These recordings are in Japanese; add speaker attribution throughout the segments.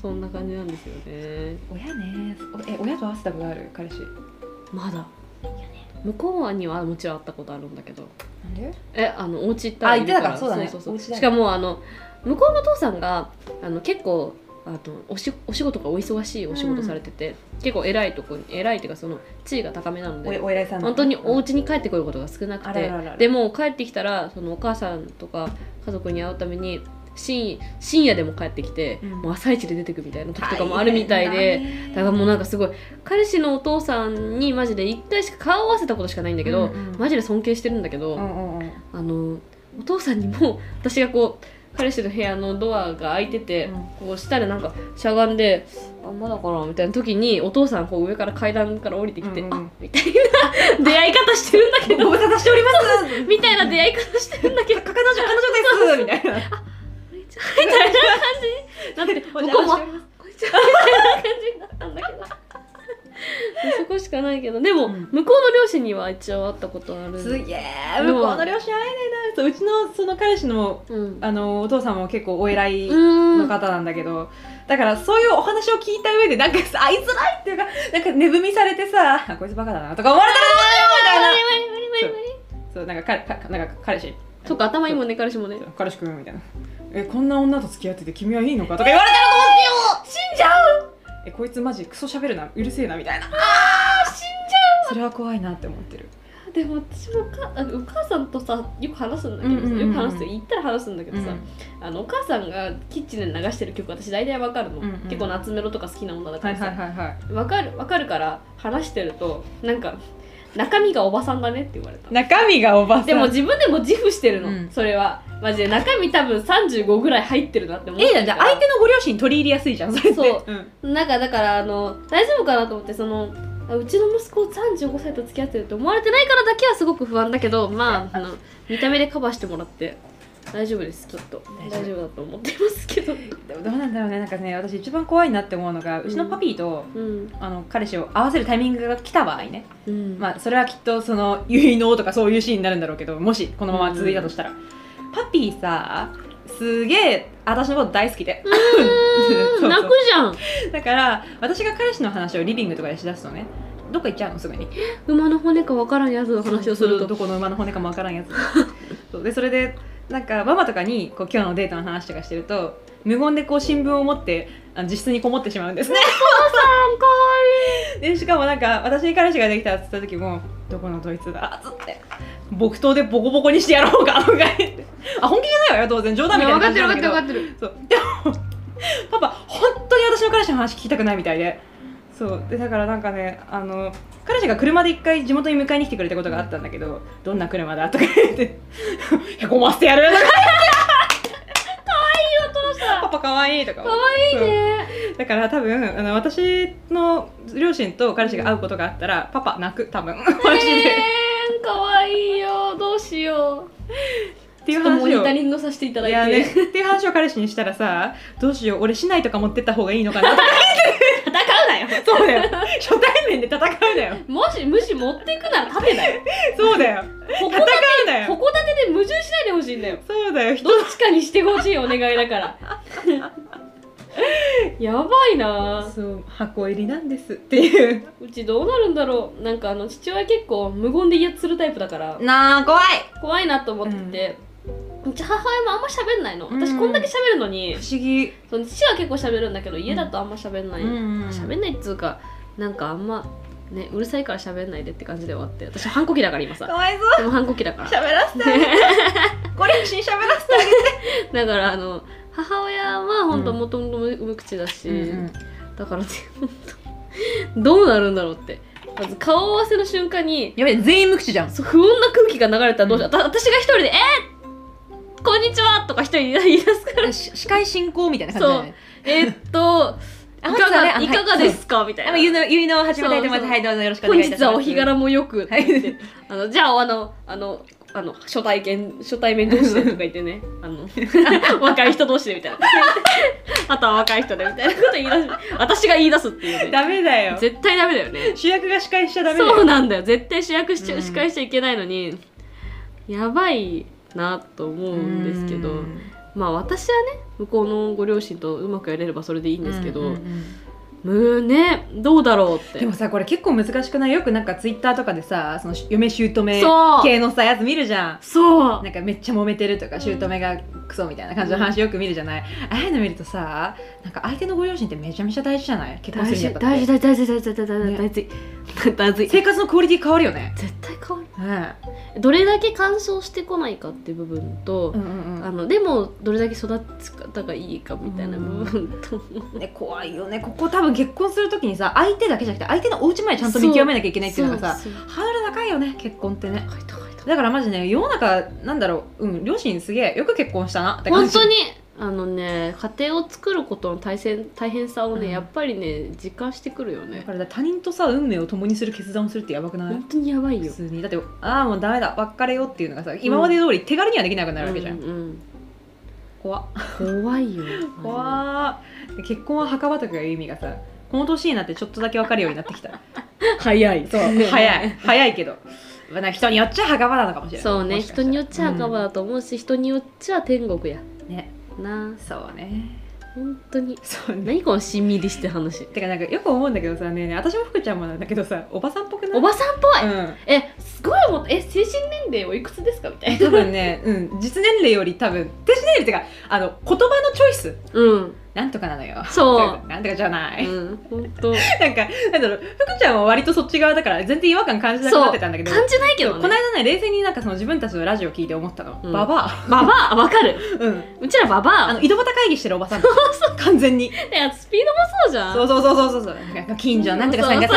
Speaker 1: そんな感じなんですよね
Speaker 2: 親ねおえ親と会わせたことある彼氏
Speaker 1: まだ向こうにはもちろん会ったことあるんだけど
Speaker 2: なんで
Speaker 1: えあのお家行ったらいる
Speaker 2: あ行ってたからそうだね
Speaker 1: そうそう
Speaker 2: お家だよ
Speaker 1: しかもあの向こうのお父さんがあの結構あのおしお仕事がお忙しいお仕事されてて、結構偉いとこに偉いっていうかその地位が高めなの
Speaker 2: お
Speaker 1: で
Speaker 2: お偉いさん
Speaker 1: 本当にお
Speaker 2: お
Speaker 1: 家に帰ってくることが少なく
Speaker 2: あら
Speaker 1: て
Speaker 2: ららら
Speaker 1: でも帰ってきたらそのお母さんとか家族に会うために深深夜でも帰ってきて、
Speaker 2: うん
Speaker 1: もう朝一で出てくみたいな時とかもあるみたいで。だからもうなんかすごい彼氏のお父さんにマジで1回しか顔合わせたことしかないんだけど、
Speaker 2: うんうん
Speaker 1: マジで尊敬してるんだけど、
Speaker 2: うんうんうん
Speaker 1: あのお父さんにも 私がこう彼氏の部屋のドアが開いてて、
Speaker 2: うん
Speaker 1: こうしたらなんかしゃがんで「あまだかな?」みたいな時にお父さんこう上から階段から降りてきて「
Speaker 2: うんうんうん
Speaker 1: あみたいな出会い方してるんだけ
Speaker 2: ご
Speaker 1: ど
Speaker 2: 無沙汰しております
Speaker 1: みたいな出会い方してるんだけど「
Speaker 2: 彼女彼女ですみたいな
Speaker 1: こんにちはみたいな感じになって
Speaker 2: お邪
Speaker 1: 僕
Speaker 2: 魔
Speaker 1: も
Speaker 2: しております
Speaker 1: こいつみたいな感じになったんだけど。そこしかないけどでも、
Speaker 2: うん
Speaker 1: 向こうの両親には一応会ったことある
Speaker 2: すげえ向こうの両親会えねえなそううちのその彼氏の
Speaker 1: うん
Speaker 2: あのお父さんも結構お偉い
Speaker 1: うん
Speaker 2: の方なんだけど、だからそういうお話を聞いた上でなんかさあいづらいっていうかなんか値踏みされてさあこいつバカだなとか思われたらどうしよ
Speaker 1: 無理無理無理無理
Speaker 2: うみたいなそうなんか彼かなんか彼氏
Speaker 1: そっか頭いいもんね彼氏もね
Speaker 2: そう彼氏くんみたいなえこんな女と付き合ってて君はいいのかとか言われたらどうしよう死んじゃうえこいつマジクソ喋るなうるせえなみたいなあー死んじゃ うそれは怖いなって思ってる
Speaker 1: でも私もおかあお母さんとさよく話すんだけどさ、
Speaker 2: うんうんうんうん
Speaker 1: よく話す言ったら話すんだけどさ、
Speaker 2: うん
Speaker 1: あのお母さんがキッチンで流してる曲私大体わかるの、
Speaker 2: うんうん
Speaker 1: 結構夏メロとか好きな女だか
Speaker 2: はい
Speaker 1: らさ
Speaker 2: は
Speaker 1: わ
Speaker 2: い、はいはい
Speaker 1: かるわかるから話してるとなんか中身がおばさんだねって言われた
Speaker 2: 中身がおばさん
Speaker 1: でも自分でも自負してるの、
Speaker 2: うん
Speaker 1: それはマジで中身多分35ぐらい入ってるなって思っ
Speaker 2: え
Speaker 1: て
Speaker 2: えじゃんじゃあ相手のご両親に取り入れやすいじゃんそれって
Speaker 1: そう
Speaker 2: うん
Speaker 1: なんかだからあの大丈夫かなと思ってそのあうちの息子35歳と付き合ってると思われてないからだけはすごく不安だけど まああの見た目でカバーしてもらって大丈夫ですきっと
Speaker 2: 大丈夫
Speaker 1: 大丈夫だと思ってますけど
Speaker 2: でもどうなんだろうねなんかね私一番怖いなって思うのがうちのパピーと、
Speaker 1: うん
Speaker 2: あの彼氏を合わせるタイミングが来た場合ね、
Speaker 1: うん
Speaker 2: まあそれはきっとその結納とかそういうシーンになるんだろうけどもしこのまま続いたとしたら、パピーさすげえ私のこと大好きで
Speaker 1: う
Speaker 2: そ
Speaker 1: ん
Speaker 2: う
Speaker 1: 泣
Speaker 2: そ
Speaker 1: く
Speaker 2: う
Speaker 1: じゃん
Speaker 2: だから私が彼氏の話をリビングとかでしだすとねどっか行っちゃうのすぐに
Speaker 1: 馬の骨か分からんやつの話をする
Speaker 2: ど
Speaker 1: と
Speaker 2: この馬の骨かもわからんやつそうでそれでなんかママとかにこう今日のデートの話とかしてると無言でこう新聞を持ってあの自室にこもってしまうんですね でしかもなんか私に彼氏ができたって言った時も「どこのドイツだ」っつって「木刀でボコボコにしてやろうか」とか言ってあ本気じゃないわよ当然冗談みたいな
Speaker 1: 分か
Speaker 2: 感
Speaker 1: って
Speaker 2: じ
Speaker 1: る分
Speaker 2: なんだけ
Speaker 1: か
Speaker 2: ど
Speaker 1: ってる分かってる
Speaker 2: そうでも パパ本当に私の彼氏の話聞きたくないみたいでそうでだからなんかねあの彼氏が車で一回地元に迎えに来てくれたことがあったんだけど「どんな車だ?」とか言って 「へこませてやる」とか「パパかわいい」とか
Speaker 1: かわいいね
Speaker 2: そうだから多分あの私の両親と彼氏が会うことがあったらパパ泣く多分マジで。
Speaker 1: えーかわいいよどうしよう
Speaker 2: ってい
Speaker 1: ちょ
Speaker 2: う
Speaker 1: っとモ
Speaker 2: 話
Speaker 1: ニ
Speaker 2: を
Speaker 1: タリングさせていただ
Speaker 2: いや
Speaker 1: い
Speaker 2: ね、
Speaker 1: て
Speaker 2: っていう話を彼氏にしたらさどうしよう俺市内とか持ってった方がいいのかなとか
Speaker 1: 戦うなよ
Speaker 2: そうだよ初対面で戦うなよ
Speaker 1: もしむし持っていくなら盾だ よ
Speaker 2: そうだよ
Speaker 1: ここ
Speaker 2: 戦うなよ
Speaker 1: ここだけで矛盾しないでほしいんだよ
Speaker 2: そうだよ人
Speaker 1: どっちかにしてほしいお願いだから やばいな
Speaker 2: そう箱入りなんですっていう
Speaker 1: うちどうなるんだろうなんかあの父親結構無言で威圧するタイプだから
Speaker 2: なあ怖い
Speaker 1: 怖いなと思ってて、うち母親もあんま喋んないの
Speaker 2: うん
Speaker 1: 私こんだけ喋るのに、
Speaker 2: 不思議
Speaker 1: その父は結構喋るんだけど家だとあんま喋んない、
Speaker 2: ん
Speaker 1: 喋んないっつうかなんかあんまねうるさいから喋んないでって感じではあって私反抗期だから今さ
Speaker 2: わいそ
Speaker 1: でも反抗期だから
Speaker 2: 喋らせご両親喋らせて
Speaker 1: だからあの母親は本当もともと無口だ し、だからね本当どうなるんだろうってまず顔合わせの瞬間に
Speaker 2: やべえ全員無口じゃん
Speaker 1: そう不穏な空気が流れたらどうしよう、た私が一人で「えーこんにちは!」とか一人で言い出すから
Speaker 2: 司会進行みたいな
Speaker 1: 感じだよね「えーっといか
Speaker 2: 本当だね
Speaker 1: が
Speaker 2: あ
Speaker 1: いかがですか?」みたいな。
Speaker 2: のゆいの始
Speaker 1: めたいと思いますはい
Speaker 2: どうぞよろし
Speaker 1: 本日はお日柄もよく、
Speaker 2: はい
Speaker 1: あのじゃああのあのあの初体験初対面同士でとか言ってねあの 若い人同士でみたいなあとは若い人でみたいなこと言い出す私が言い出すっていうね
Speaker 2: ダメだよ
Speaker 1: 絶対ダメだよね
Speaker 2: 主役が司会しちゃダメだ
Speaker 1: そう
Speaker 2: よ
Speaker 1: なんだよ絶対主役しちゃ、
Speaker 2: うん
Speaker 1: 司会しちゃいけないのにやばいなと思うんですけど
Speaker 2: うん
Speaker 1: まあ私はね向こうのご両親とうまくやれればそれでいいんですけど、
Speaker 2: う
Speaker 1: うん
Speaker 2: うんうん
Speaker 1: ねどうだろうって
Speaker 2: でもさこれ結構難しくないよくなんかツイッターとかでさその嫁姑
Speaker 1: そう
Speaker 2: 系のさやつ見るじゃん
Speaker 1: そう
Speaker 2: なんかめっちゃ揉めてるとか
Speaker 1: うん
Speaker 2: 姑がクソみたいな感じの話よく見るじゃない、ああいうの見るとさなんか相手のご両親ってめちゃめちゃ大事じゃない結婚
Speaker 1: 大
Speaker 2: するに
Speaker 1: 事
Speaker 2: あたって
Speaker 1: 大事大事大事大事大事大事大事
Speaker 2: 生活のクオリティ変わるよね
Speaker 1: 絶対変わ
Speaker 2: うん
Speaker 1: るどれだけ干渉してこないかっていう部分と、
Speaker 2: うんうん
Speaker 1: あのでもどれだけ育つ方がいいかみたいな部分と、
Speaker 2: うんね怖いよねここ多分結婚するときにさ相手だけじゃなくて相手のお家までちゃんと見極めなきゃいけないっていうのがさ
Speaker 1: そうそう
Speaker 2: ハードル高いよね結婚ってね
Speaker 1: 高い高い高い
Speaker 2: だからマジね世の中なんだろううん両親すげえよく結婚したなって感
Speaker 1: 本
Speaker 2: じ
Speaker 1: 当にあのね家庭を作ることの大変大変さをね、
Speaker 2: うん
Speaker 1: やっぱりね実感してくるよ
Speaker 2: だ
Speaker 1: ね
Speaker 2: から他人とさ運命を共にする決断をするってやばくない、
Speaker 1: 本当にやばい
Speaker 2: 普
Speaker 1: よ
Speaker 2: 通にだってああもうダメだ別れようっていうのがさ今まで通り手軽にはできなくなるわけじゃん、
Speaker 1: うん
Speaker 2: 怖っ
Speaker 1: うん怖いよマ
Speaker 2: 怖っで結婚は墓場とかいう意味がさこの年になってちょっとだけ分かるようになってきた
Speaker 1: 早い
Speaker 2: そう早い早いけど、まあ、なんか人によっちゃ墓場なのかもしれない
Speaker 1: そうね
Speaker 2: もし
Speaker 1: 人
Speaker 2: かしたら
Speaker 1: によっちゃ墓場だと思うし、人によっちゃ天国や
Speaker 2: うんね
Speaker 1: なあ
Speaker 2: そうね
Speaker 1: 本当に
Speaker 2: そうね
Speaker 1: 何このしんみりして話
Speaker 2: てかなんかよく思うんだけどさねえねえ私も福ちゃんもなんだけどさおばさんっぽくない
Speaker 1: おばさんっぽい、
Speaker 2: うん
Speaker 1: えすごいもえ精神年齢おいくつですかみたいな
Speaker 2: 多分ね、うん、実年齢より多分手年齢っていうかあの言葉のチョイス
Speaker 1: うん
Speaker 2: なんとかなのよ
Speaker 1: そう
Speaker 2: なんとかじゃない、
Speaker 1: うん本当
Speaker 2: なんかなんだろう福ちゃんは割とそっち側だから全然違和感感じなくなってたんだけど
Speaker 1: 感じないけど
Speaker 2: こ
Speaker 1: ね
Speaker 2: の間ね冷静になんかその自分たちのラジオ聞いて思ったの、
Speaker 1: うん
Speaker 2: ババ
Speaker 1: ババアわか
Speaker 2: ア
Speaker 1: る、
Speaker 2: うん、
Speaker 1: うちらババ
Speaker 2: あ
Speaker 1: ア
Speaker 2: の井戸端会議してるおばさん完全に
Speaker 1: いやスピードもそうじゃん
Speaker 2: そうそうそうそうそうそうなんか近所のなんとかさ んがさ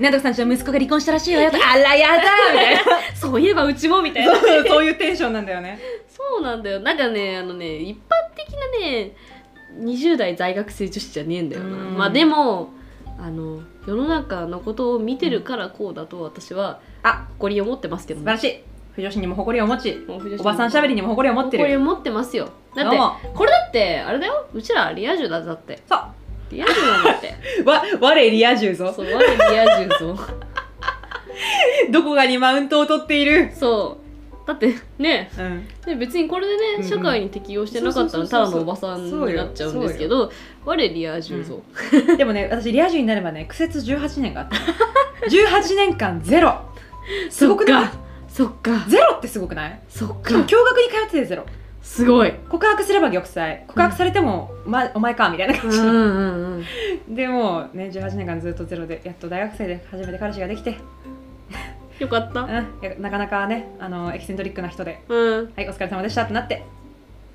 Speaker 2: なんとかさんちの息子が離婚したらしいわよとかあらやだみたいな
Speaker 1: そういえばうちもみたいな
Speaker 2: そうそういうテンションなんだよね
Speaker 1: そうなんだよなんかねあのね一般的なね20代在学生女子じゃねえんだよな
Speaker 2: うん
Speaker 1: まあでもあの世の中のことを見てるからこうだと私は
Speaker 2: あ
Speaker 1: 誇りを持ってますけど
Speaker 2: 素晴ら
Speaker 1: ね
Speaker 2: しい不女子にも誇りを持ち
Speaker 1: もう藤吉
Speaker 2: おばさんしゃべりにも誇りを持って
Speaker 1: 誇り
Speaker 2: る
Speaker 1: を持ってますよだっ
Speaker 2: どう
Speaker 1: て
Speaker 2: も
Speaker 1: これだってあれだようちらリア充だだって
Speaker 2: そう
Speaker 1: リア充なんだって
Speaker 2: わ我リア充ぞ
Speaker 1: そう我リア充ぞ
Speaker 2: どこがにマウントを取っている
Speaker 1: そうだってね
Speaker 2: うん
Speaker 1: ね別にこれで
Speaker 2: うん
Speaker 1: ね
Speaker 2: うん
Speaker 1: 社会に適応してなかったらただのおばさんになっちゃうんですけど我リア充ぞ
Speaker 2: でもね私リア充になればね苦節18年があったの18年間ゼロすごくない
Speaker 1: そっか
Speaker 2: ゼロってすごくない
Speaker 1: そっ
Speaker 2: しか
Speaker 1: か
Speaker 2: も驚愕に通っててゼロ
Speaker 1: すごい
Speaker 2: 告白すれば玉砕告白されても、ま、お前かみたいな
Speaker 1: う
Speaker 2: 感
Speaker 1: ん
Speaker 2: じ、
Speaker 1: うんうん
Speaker 2: でもうね18年間ずっとゼロでやっと大学生で初めて彼氏ができて、
Speaker 1: よかっ
Speaker 2: うん、
Speaker 1: た
Speaker 2: やなかなかねあのエキセントリックな人で
Speaker 1: うん
Speaker 2: はいお疲れ様でしたってなって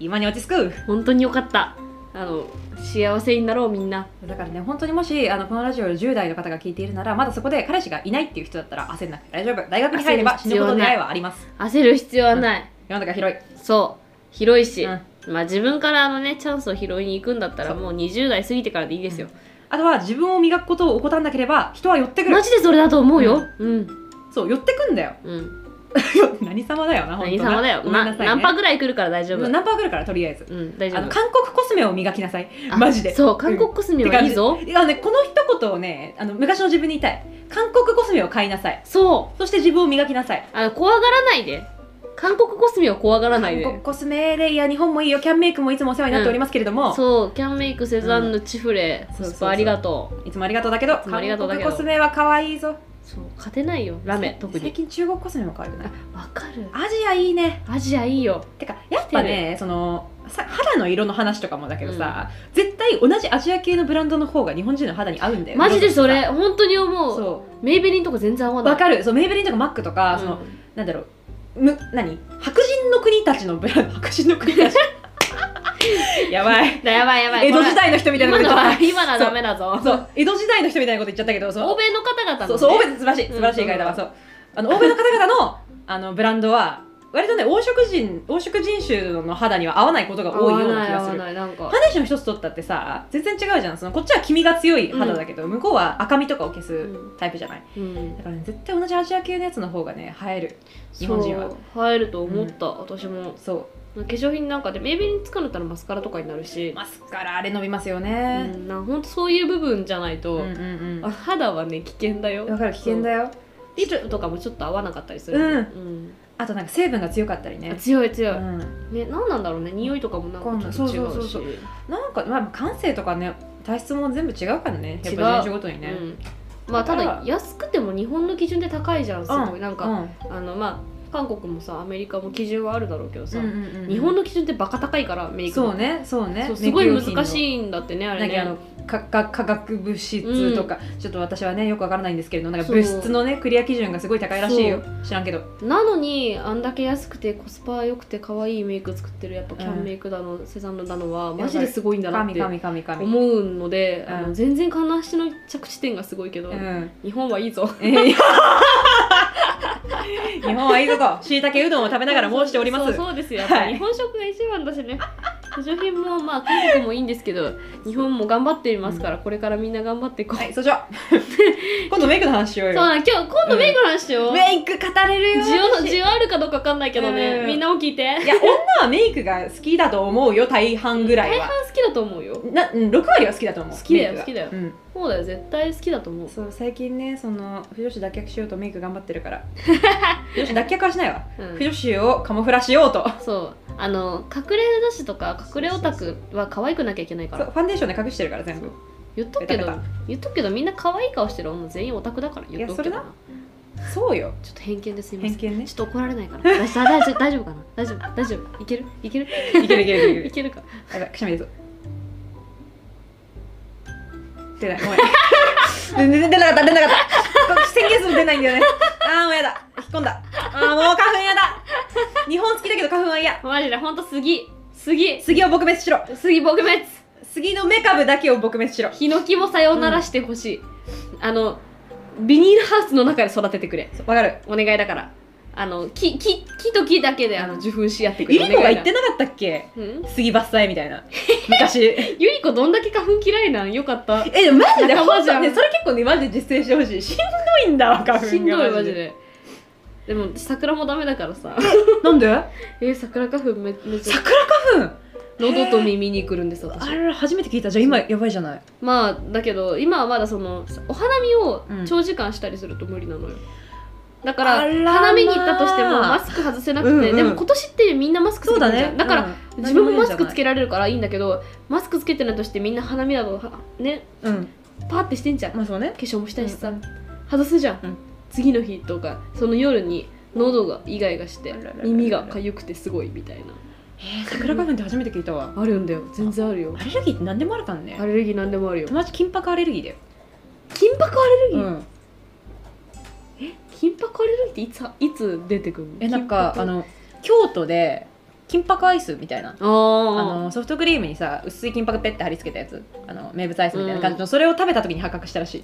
Speaker 2: 今に落ち着く
Speaker 1: 本当によかったあの幸せになろうみんな
Speaker 2: だからね本当にもしあのこのラジオを10代の方が聞いているならまだそこで彼氏がいないっていう人だったら焦んなくて大丈夫大学に入れば死ぬほど出会いはあります
Speaker 1: 焦る必要はない
Speaker 2: 世の中広い
Speaker 1: そう広いし
Speaker 2: うん
Speaker 1: まあ自分からあのねチャンスを拾いに行くんだったら
Speaker 2: そう
Speaker 1: もう20代過ぎてからでいいですよ
Speaker 2: あとは自分を磨くことを怠らなければ人は寄ってくる
Speaker 1: マジでそれだと思うようん
Speaker 2: そう寄ってくんだよ
Speaker 1: うん
Speaker 2: 何様だよな本当
Speaker 1: 何様だよ
Speaker 2: ごめんな
Speaker 1: な
Speaker 2: さい、ね、
Speaker 1: 何パぐらい来るから大丈夫
Speaker 2: ナンパが来るからとりあえず
Speaker 1: うん大丈
Speaker 2: あの
Speaker 1: 夫
Speaker 2: 韓国コスメを磨きなさい
Speaker 1: あ
Speaker 2: マジで
Speaker 1: そう韓国コスメはいいぞ
Speaker 2: いやねこの一言をねあの昔の自分に言いたい韓国コスメを買いなさい
Speaker 1: そ
Speaker 2: そして自分を磨きなさいう
Speaker 1: あの怖がらないで韓国コスメを怖がらない
Speaker 2: 韓
Speaker 1: で
Speaker 2: 国コスメでいや日本もいいよキャンメイクもいつもお世話になっておりますけれども、
Speaker 1: そうキャンメイクセザンヌチフレコ
Speaker 2: そうそうそう
Speaker 1: スパありがとう
Speaker 2: いつもありがとうだけど
Speaker 1: いつもありがとうだけど
Speaker 2: 韓国コスメは可愛いぞ
Speaker 1: そう勝てないよラメ特
Speaker 2: 最
Speaker 1: に
Speaker 2: 近中国コスメも可愛くない
Speaker 1: わかる
Speaker 2: アジアいいね
Speaker 1: アジアいいよ
Speaker 2: てかやっぱ
Speaker 1: 来
Speaker 2: ねそのさ肌の色の話とかもだけどさ、絶対同じアジア系のブランドの方が日本人の肌に合うんだよ
Speaker 1: マジでそ
Speaker 2: 色
Speaker 1: れ本当に
Speaker 2: と
Speaker 1: 思
Speaker 2: か
Speaker 1: う
Speaker 2: そ
Speaker 1: メイベリンとか全然合
Speaker 2: う
Speaker 1: わない
Speaker 2: わかるそうメイベリンとかマックとか、その
Speaker 1: う
Speaker 2: なんだろうむ何白人の国たちのブランド白 人の国 たちやばい
Speaker 1: んだやばいやばい
Speaker 2: 江戸時代の人みたいな
Speaker 1: 今
Speaker 2: こと
Speaker 1: の
Speaker 2: 言っちゃ
Speaker 1: は今
Speaker 2: っ
Speaker 1: のはダメだ
Speaker 2: た
Speaker 1: ぞ
Speaker 2: そう江戸時代の人みたいなこと言っちゃったけどそう
Speaker 1: 欧米の方々のね
Speaker 2: そうそう欧米素晴らしい素晴らしい
Speaker 1: うん
Speaker 2: 言い方はそうあの欧米の方々の あのブランドは割とね黄色人黄色人種の肌には合わないことが多いような気がす
Speaker 1: 合わない合わ
Speaker 2: るファン
Speaker 1: ないなんか
Speaker 2: デーション一つ取ったってさ全然違うじゃんそのこっちは黄みが強い肌だけど、向こうは赤みとかを消
Speaker 1: う
Speaker 2: す
Speaker 1: ん
Speaker 2: タイプじゃない
Speaker 1: うん
Speaker 2: だから、ね、絶対同じアジア系のやつの方がね映える日本人は
Speaker 1: そう入ると思った私も
Speaker 2: そ
Speaker 1: 化粧品なんかでメイベリン使うんだったらマスカラとかになるし
Speaker 2: うマスカラあれ伸びますよ
Speaker 1: う
Speaker 2: ね、
Speaker 1: んなんほんとそういう部分じゃない
Speaker 2: うん、
Speaker 1: と
Speaker 2: うんうん
Speaker 1: あ肌はね危険だよ
Speaker 2: わかる危険だよ
Speaker 1: リップとかもちょっと合わなかったりする
Speaker 2: うん
Speaker 1: うん
Speaker 2: ああとなんか成分が強かったりね、
Speaker 1: 強い強
Speaker 2: う
Speaker 1: い、
Speaker 2: ん、
Speaker 1: ね何なんだろうね匂いとかもなんかちょっと違
Speaker 2: そううそう
Speaker 1: し
Speaker 2: そうそうなんかまあ感性とかね体質も全部違うからねやっぱ人種ごとにね、
Speaker 1: うん、まあた
Speaker 2: だか
Speaker 1: だ
Speaker 2: ら
Speaker 1: 安くても日本の基準で高いじゃんすごい、なんか、
Speaker 2: うん
Speaker 1: あのまあ韓国もさアメリカも基準はあるだろうけどさ、
Speaker 2: うんうんうん
Speaker 1: 日本の基準ってバカ高いからメイク
Speaker 2: そうねそうね
Speaker 1: そうすごい
Speaker 2: メイク用品の
Speaker 1: 難しいんだってねあ
Speaker 2: な
Speaker 1: れ
Speaker 2: ん
Speaker 1: ね
Speaker 2: かあのかか化学物質とか、ちょっと私はねよくわからないんですけれどなんか
Speaker 1: そう
Speaker 2: 物質のねクリア基準がすごい高いらしいよ知らんけど
Speaker 1: なのにあんだけ安くてコスパ良くて可愛いメイク作ってるやっぱキャンメイクだの、セザンヌだのはマジですごいんだなっ
Speaker 2: 神
Speaker 1: て
Speaker 2: 神神神
Speaker 1: 思うので、
Speaker 2: うん
Speaker 1: あの全然悲しの着地点がすごいけど、
Speaker 2: うん
Speaker 1: 日本はいいぞ
Speaker 2: えー日本はいいとこ しいたけうどんを食べながら申しております
Speaker 1: そうそうですよやっぱ
Speaker 2: はい
Speaker 1: 日本食が一番だしね補助品もまあ韓国もいいんですけど日本も頑張っていますから、これからみんな頑張っていこう、
Speaker 2: はいそじゃ 今度メイクの話しよう
Speaker 1: そう
Speaker 2: よ
Speaker 1: だ今日今度メイクの話しよう、
Speaker 2: メイク語れるよ
Speaker 1: 需要の
Speaker 2: 私
Speaker 1: 需要あるかどうかわかんないけどね、
Speaker 2: うん
Speaker 1: みんなも聞いて
Speaker 2: いや女はメイクが好きだと思うよ大半ぐらい
Speaker 1: 大
Speaker 2: は
Speaker 1: 半好きだと思うよ
Speaker 2: なうん6割は好きだと思う
Speaker 1: 好きだよ
Speaker 2: メイクが
Speaker 1: 好きだよ
Speaker 2: うん
Speaker 1: そうだよ絶対好きだと思う
Speaker 2: そう最近ねその不女子脱却しようとメイク頑張ってるから 不女子脱却はしないわ
Speaker 1: うん
Speaker 2: 不女子をカモフラしようと
Speaker 1: そうあの隠れ女子とか隠れオタクは可愛くなきゃいけないか
Speaker 2: そう
Speaker 1: ら
Speaker 2: ファンデーションで隠してるから全部
Speaker 1: 言っとく
Speaker 2: ベ
Speaker 1: けど
Speaker 2: タベタ
Speaker 1: 言っとくけどみんな可愛い顔してる女全員オタクだから言っとくけどない
Speaker 2: やそうよ
Speaker 1: ちょっと偏見ですいません
Speaker 2: 偏見ね
Speaker 1: ちょっと怒られない から大丈夫大丈夫大丈夫かな大丈夫大丈夫いけるいける
Speaker 2: いけるいけるいけ
Speaker 1: い
Speaker 2: る
Speaker 1: けるか
Speaker 2: やばいくしゃみ出そう出ないごめん全然出なかった出なかったこ宣言すると出ないんだよねあーもうやだ引っ込んだあーもう花粉やだ日本好きだけど花粉は嫌
Speaker 1: マジでほんと杉杉
Speaker 2: 杉を撲滅しろ
Speaker 1: 杉撲滅
Speaker 2: 杉の芽株だけを撲滅しろ
Speaker 1: ヒノキもさよならしてほしい、あのビニールハウスの中で育ててくれ
Speaker 2: そうわかる
Speaker 1: お願いだからあの木木木と木だけであの受粉し合ってくれ
Speaker 2: ゆり子が言って
Speaker 1: ん
Speaker 2: なかったっけ
Speaker 1: うん
Speaker 2: 杉伐採みたいな 昔え
Speaker 1: ゆり子どんだけ花粉嫌いなんよかった
Speaker 2: でもマジで
Speaker 1: 仲間
Speaker 2: 本
Speaker 1: じゃ
Speaker 2: 当
Speaker 1: ん
Speaker 2: ねそれ結構ねマジで実践してほしいしんどいんだわ花粉が
Speaker 1: しんどいマジででも桜もダメだからさ
Speaker 2: なんで
Speaker 1: え桜花粉めめっちゃ
Speaker 2: 桜花粉
Speaker 1: 喉と耳にくるんです私
Speaker 2: あれ初めて聞いたじゃあ今やばいじゃない
Speaker 1: まあだけど今はまだそのお花見を長時間したりすると無理なのよ、だから
Speaker 2: あらまあ
Speaker 1: 花見に行ったとしてもマスク外せなくて、
Speaker 2: うんうん
Speaker 1: でも今年ってみんなマスクつ
Speaker 2: そう
Speaker 1: けて
Speaker 2: だ
Speaker 1: るじゃん
Speaker 2: ね
Speaker 1: だから、、
Speaker 2: うん
Speaker 1: 自分もマスクつ
Speaker 2: 何も言うんじ
Speaker 1: けられるからいいんだけどマスクつけてないとしてみんな花見だとはね
Speaker 2: ゃないうん
Speaker 1: パーってしてんじゃん化
Speaker 2: まあそうね
Speaker 1: 粧もしたいしさ、
Speaker 2: うん
Speaker 1: 外すじゃん、
Speaker 2: うん
Speaker 1: 次の日とかその夜に喉がイガイガして
Speaker 2: あらららら
Speaker 1: 耳が痒くてすごいみたい
Speaker 2: えー桜花粉って初めて聞いたわ
Speaker 1: なあるんだよ全然あるよ
Speaker 2: アレルギーって何でもあるからね
Speaker 1: アレルギーなんでもあるよ
Speaker 2: 友達金箔アレルギーだよ
Speaker 1: 金箔アレルギー、
Speaker 2: ん
Speaker 1: 金箔アレルギーっていついつ出てくるの
Speaker 2: えなんかあ
Speaker 1: 金箔
Speaker 2: の京都で金箔アイスみたいなあ
Speaker 1: あー
Speaker 2: のソフトクリームにさ薄い金箔ペッて貼り付けたやつあの名物アイスみたいな感じの、それを食べた時に発覚したらしい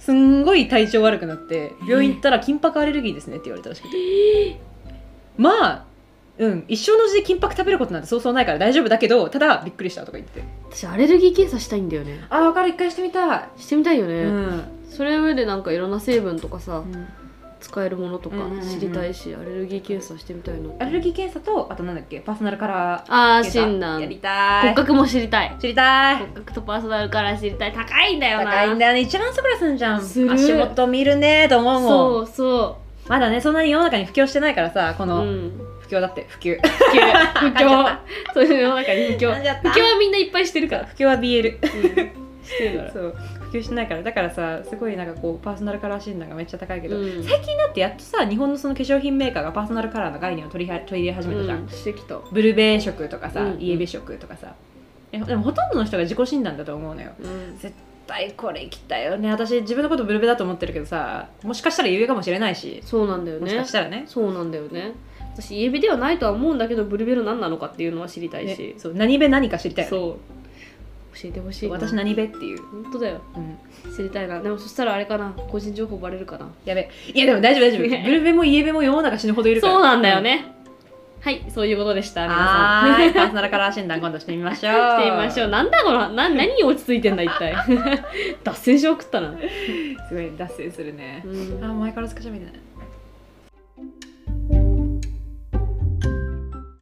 Speaker 2: すんごい体調悪くなって病院行ったら金箔アレルギーですねって言われたらしくて、まあうん一生のうちで金箔食べることなんてそうそうないから大丈夫だけどただびっくりしたとか言って
Speaker 1: 私アレルギー検査したいんだよね
Speaker 2: あ分かる一回してみたい
Speaker 1: してみたいよね、
Speaker 2: うん、
Speaker 1: それ上でなんかいろんな成分とかさ、使えるものとか
Speaker 2: うんうんうんうん
Speaker 1: 知りたいし、アレルギー検査してみたいの
Speaker 2: アレルギー検査とあとなんだっけパーソナルカラー
Speaker 1: ああ
Speaker 2: 検査
Speaker 1: 診断
Speaker 2: やりた
Speaker 1: 骨
Speaker 2: い
Speaker 1: 格も知りたい
Speaker 2: 知りたい
Speaker 1: 骨格とパーソナルカラー知りたい高いんだよな
Speaker 2: 高いんだよね一番そこらいすんじゃん
Speaker 1: する
Speaker 2: 足元見るねーと思うも
Speaker 1: そう
Speaker 2: ん
Speaker 1: そ
Speaker 2: まだね、そんなに世の中に布教してないからさ、こ
Speaker 1: う、う
Speaker 2: の、
Speaker 1: ん、
Speaker 2: 布教だって、普及。
Speaker 1: 不況不
Speaker 2: 噛んじゃ
Speaker 1: 況 そういう 世の中に不
Speaker 2: 噛んじ
Speaker 1: 況
Speaker 2: ゃっ
Speaker 1: 不
Speaker 2: た
Speaker 1: 況はみんないっぱいしてるから、
Speaker 2: 布教は BL。
Speaker 1: してるから
Speaker 2: そう、普及してないから。だからさ、すごいなんかこう、パーソナルカラー診断がめっちゃ高いけど、
Speaker 1: うん
Speaker 2: 最近だってやっとさ、日本のその化粧品メーカーがパーソナルカラーの概念を取りは取り入れ始めたじゃん。
Speaker 1: うん、してきた
Speaker 2: ブルベー色とかさ、
Speaker 1: うんうん
Speaker 2: イエベ色とかさ。えでもほとんどの人が自己診断だと思うのよ。
Speaker 1: うん
Speaker 2: 絶対これきたよね。私、自分のことブルベだと思ってるけどさ、もしかしたらゆえかもしれないし、
Speaker 1: そうなんだよ
Speaker 2: もしか
Speaker 1: ね
Speaker 2: したらね。
Speaker 1: そうなんだよね私イエベではないとは思うんだけどブルベル何なのかっていうのは知りたい
Speaker 2: ね
Speaker 1: し、
Speaker 2: そう何べ何か知りたいよね
Speaker 1: そう教えてほしいな
Speaker 2: 私何べっていう。
Speaker 1: 本当だよ
Speaker 2: うん
Speaker 1: 知りたいなでもそしたらあれかな個人情報バレるかな
Speaker 2: やべいやでも大丈夫大丈 夫ブルベもイエベも世の中死ぬほどいるから
Speaker 1: そうなんだよね、はいそういうことでした皆さん
Speaker 2: はーいパーソナルカラー診断今度してみましょう
Speaker 1: してみましょうなんだこのな何に落ち着いてんだ一体 脱線症食ったな、
Speaker 2: すごい脱線するね
Speaker 1: うん
Speaker 2: あー前からつかしゃみ出ない